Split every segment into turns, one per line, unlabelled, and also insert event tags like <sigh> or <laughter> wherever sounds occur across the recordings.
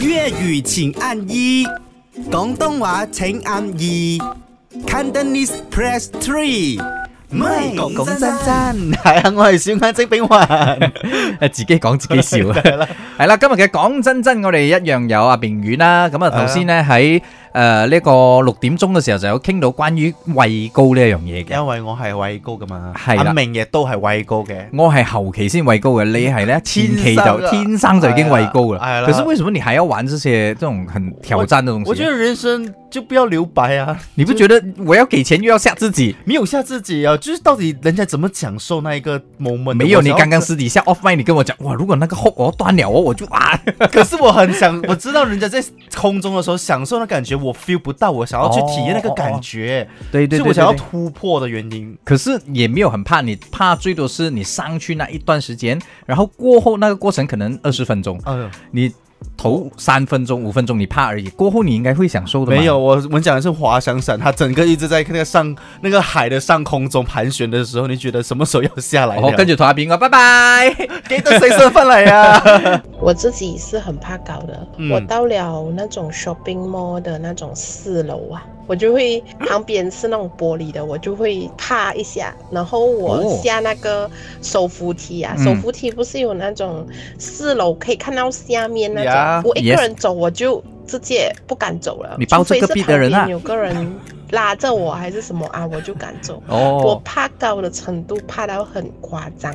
粤语请按一，广东话请按二，Cantonese press three。唔係講真真，
係啊，我係小眼睛炳
<laughs>
雲，
诶，自己講自己
<laughs>
笑係啦，今日嘅講真真，我哋一樣有阿明遠啦。咁啊，頭先咧喺诶呢個六點鐘嘅時候就有傾到關於畏高呢一樣嘢嘅。
因為我係畏高噶嘛，
係啦
阿明亦都係畏高嘅。
我係後期先畏高嘅，你係咧前
<laughs> 天
期
生
就
啊
天生就已經畏高
係啊係
啦。
啦
可是為什麼你還要玩這些這種很挑戰的
我覺
東西？
得人生就不要留白
<laughs>
啊，
你不覺得我要給錢又要嚇自己？
没有吓自己啊，就是到底人家怎么享受那一个 moment 的。
没有，
我想
你
要
剛剛私底下 off m i 你跟我講，哇，如果那個 hook 我斷了哦，我就
<laughs>
啊，
<laughs> 可是我很想， <laughs> 我知道人家在空中的时候享受那感觉，我 feel 不到，我想要去体验那个感觉，
哦對
是我想要突破的原因。
可是也没有很怕，你怕最多是你上去那一段时间，然后过后那个过程可能二十分钟，
哎呦，
你头三分钟五分钟你怕而已，过后你应该会享受的嘛。哦
没有，，我我们讲的是滑翔伞，它整个一直在那个上那个海的上空中盘旋的时候，你觉得什么时候要下来？
哦，跟住同阿炳啊，
<laughs>
拜拜。
给得谁身份来呀？
我自己是很怕高的，
嗯
我到了那种 shopping mall 的那种四楼啊，我就会旁边是那种玻璃的，我就会怕一下。然后我
哦
下那个手扶梯啊，
嗯
手扶梯不是有那种四楼可以看到下面那种
呀
我一个
yes
人走我就直接不敢走了，
你抱着
除非
隔壁
是
的
旁
人啊
边有个人拉着我还是什么啊，我就敢走。我
哦，
怕高的程度怕到很夸张，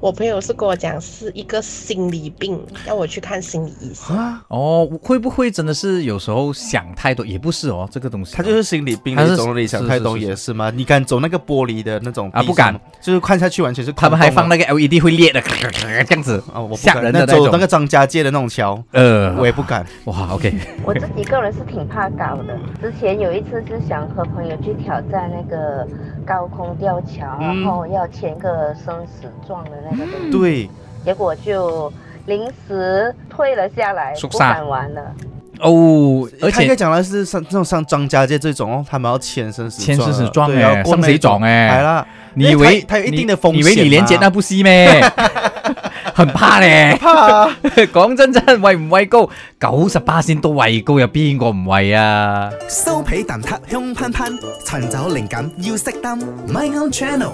我朋友是跟我讲是一个心理病，要我去看心理医生。
啊，
哦，会不会真的是有时候想太多？也不是哦，这个东西
<laughs>
哦、
他就是心理病
他
的
是
一种，你想太多也是吗？你敢走那个玻璃的那种
啊
地
不敢
上吗，就是看下去完全是空
他们还
洞的
放那个 LED 会裂的，咔咔咔 <laughs> 这样子
啊，我不
吓
敢
人
那
的
走
种。
那个张家界的那种桥，
呃，
我也不敢。
哇，OK，
我自己个人是挺怕高的，之前有一次是想和朋友去挑战那个高空吊桥，
嗯
然后要签个生死状的那个东
嗯
西，
对，
结果就临时退了下来，
肃
不
杀
敢玩了。
<laughs>
哦，而
他应该
且
讲的是像这种像张家界这种哦，他们要签生死
签生死
状
状
啊了，对
哎
要过
生
那
死
种
状哎
来啦，
你以为
他有一
你
定的风
你
险
以
嘛，
为李连杰那部戏
<laughs>
咩？很怕咧。
怕啊
<laughs> 講真真，畏唔畏高？九十八先都畏高，有邊個唔畏啊？
酥皮蛋撻香噴噴，尋找靈感要熄燈，My own channel，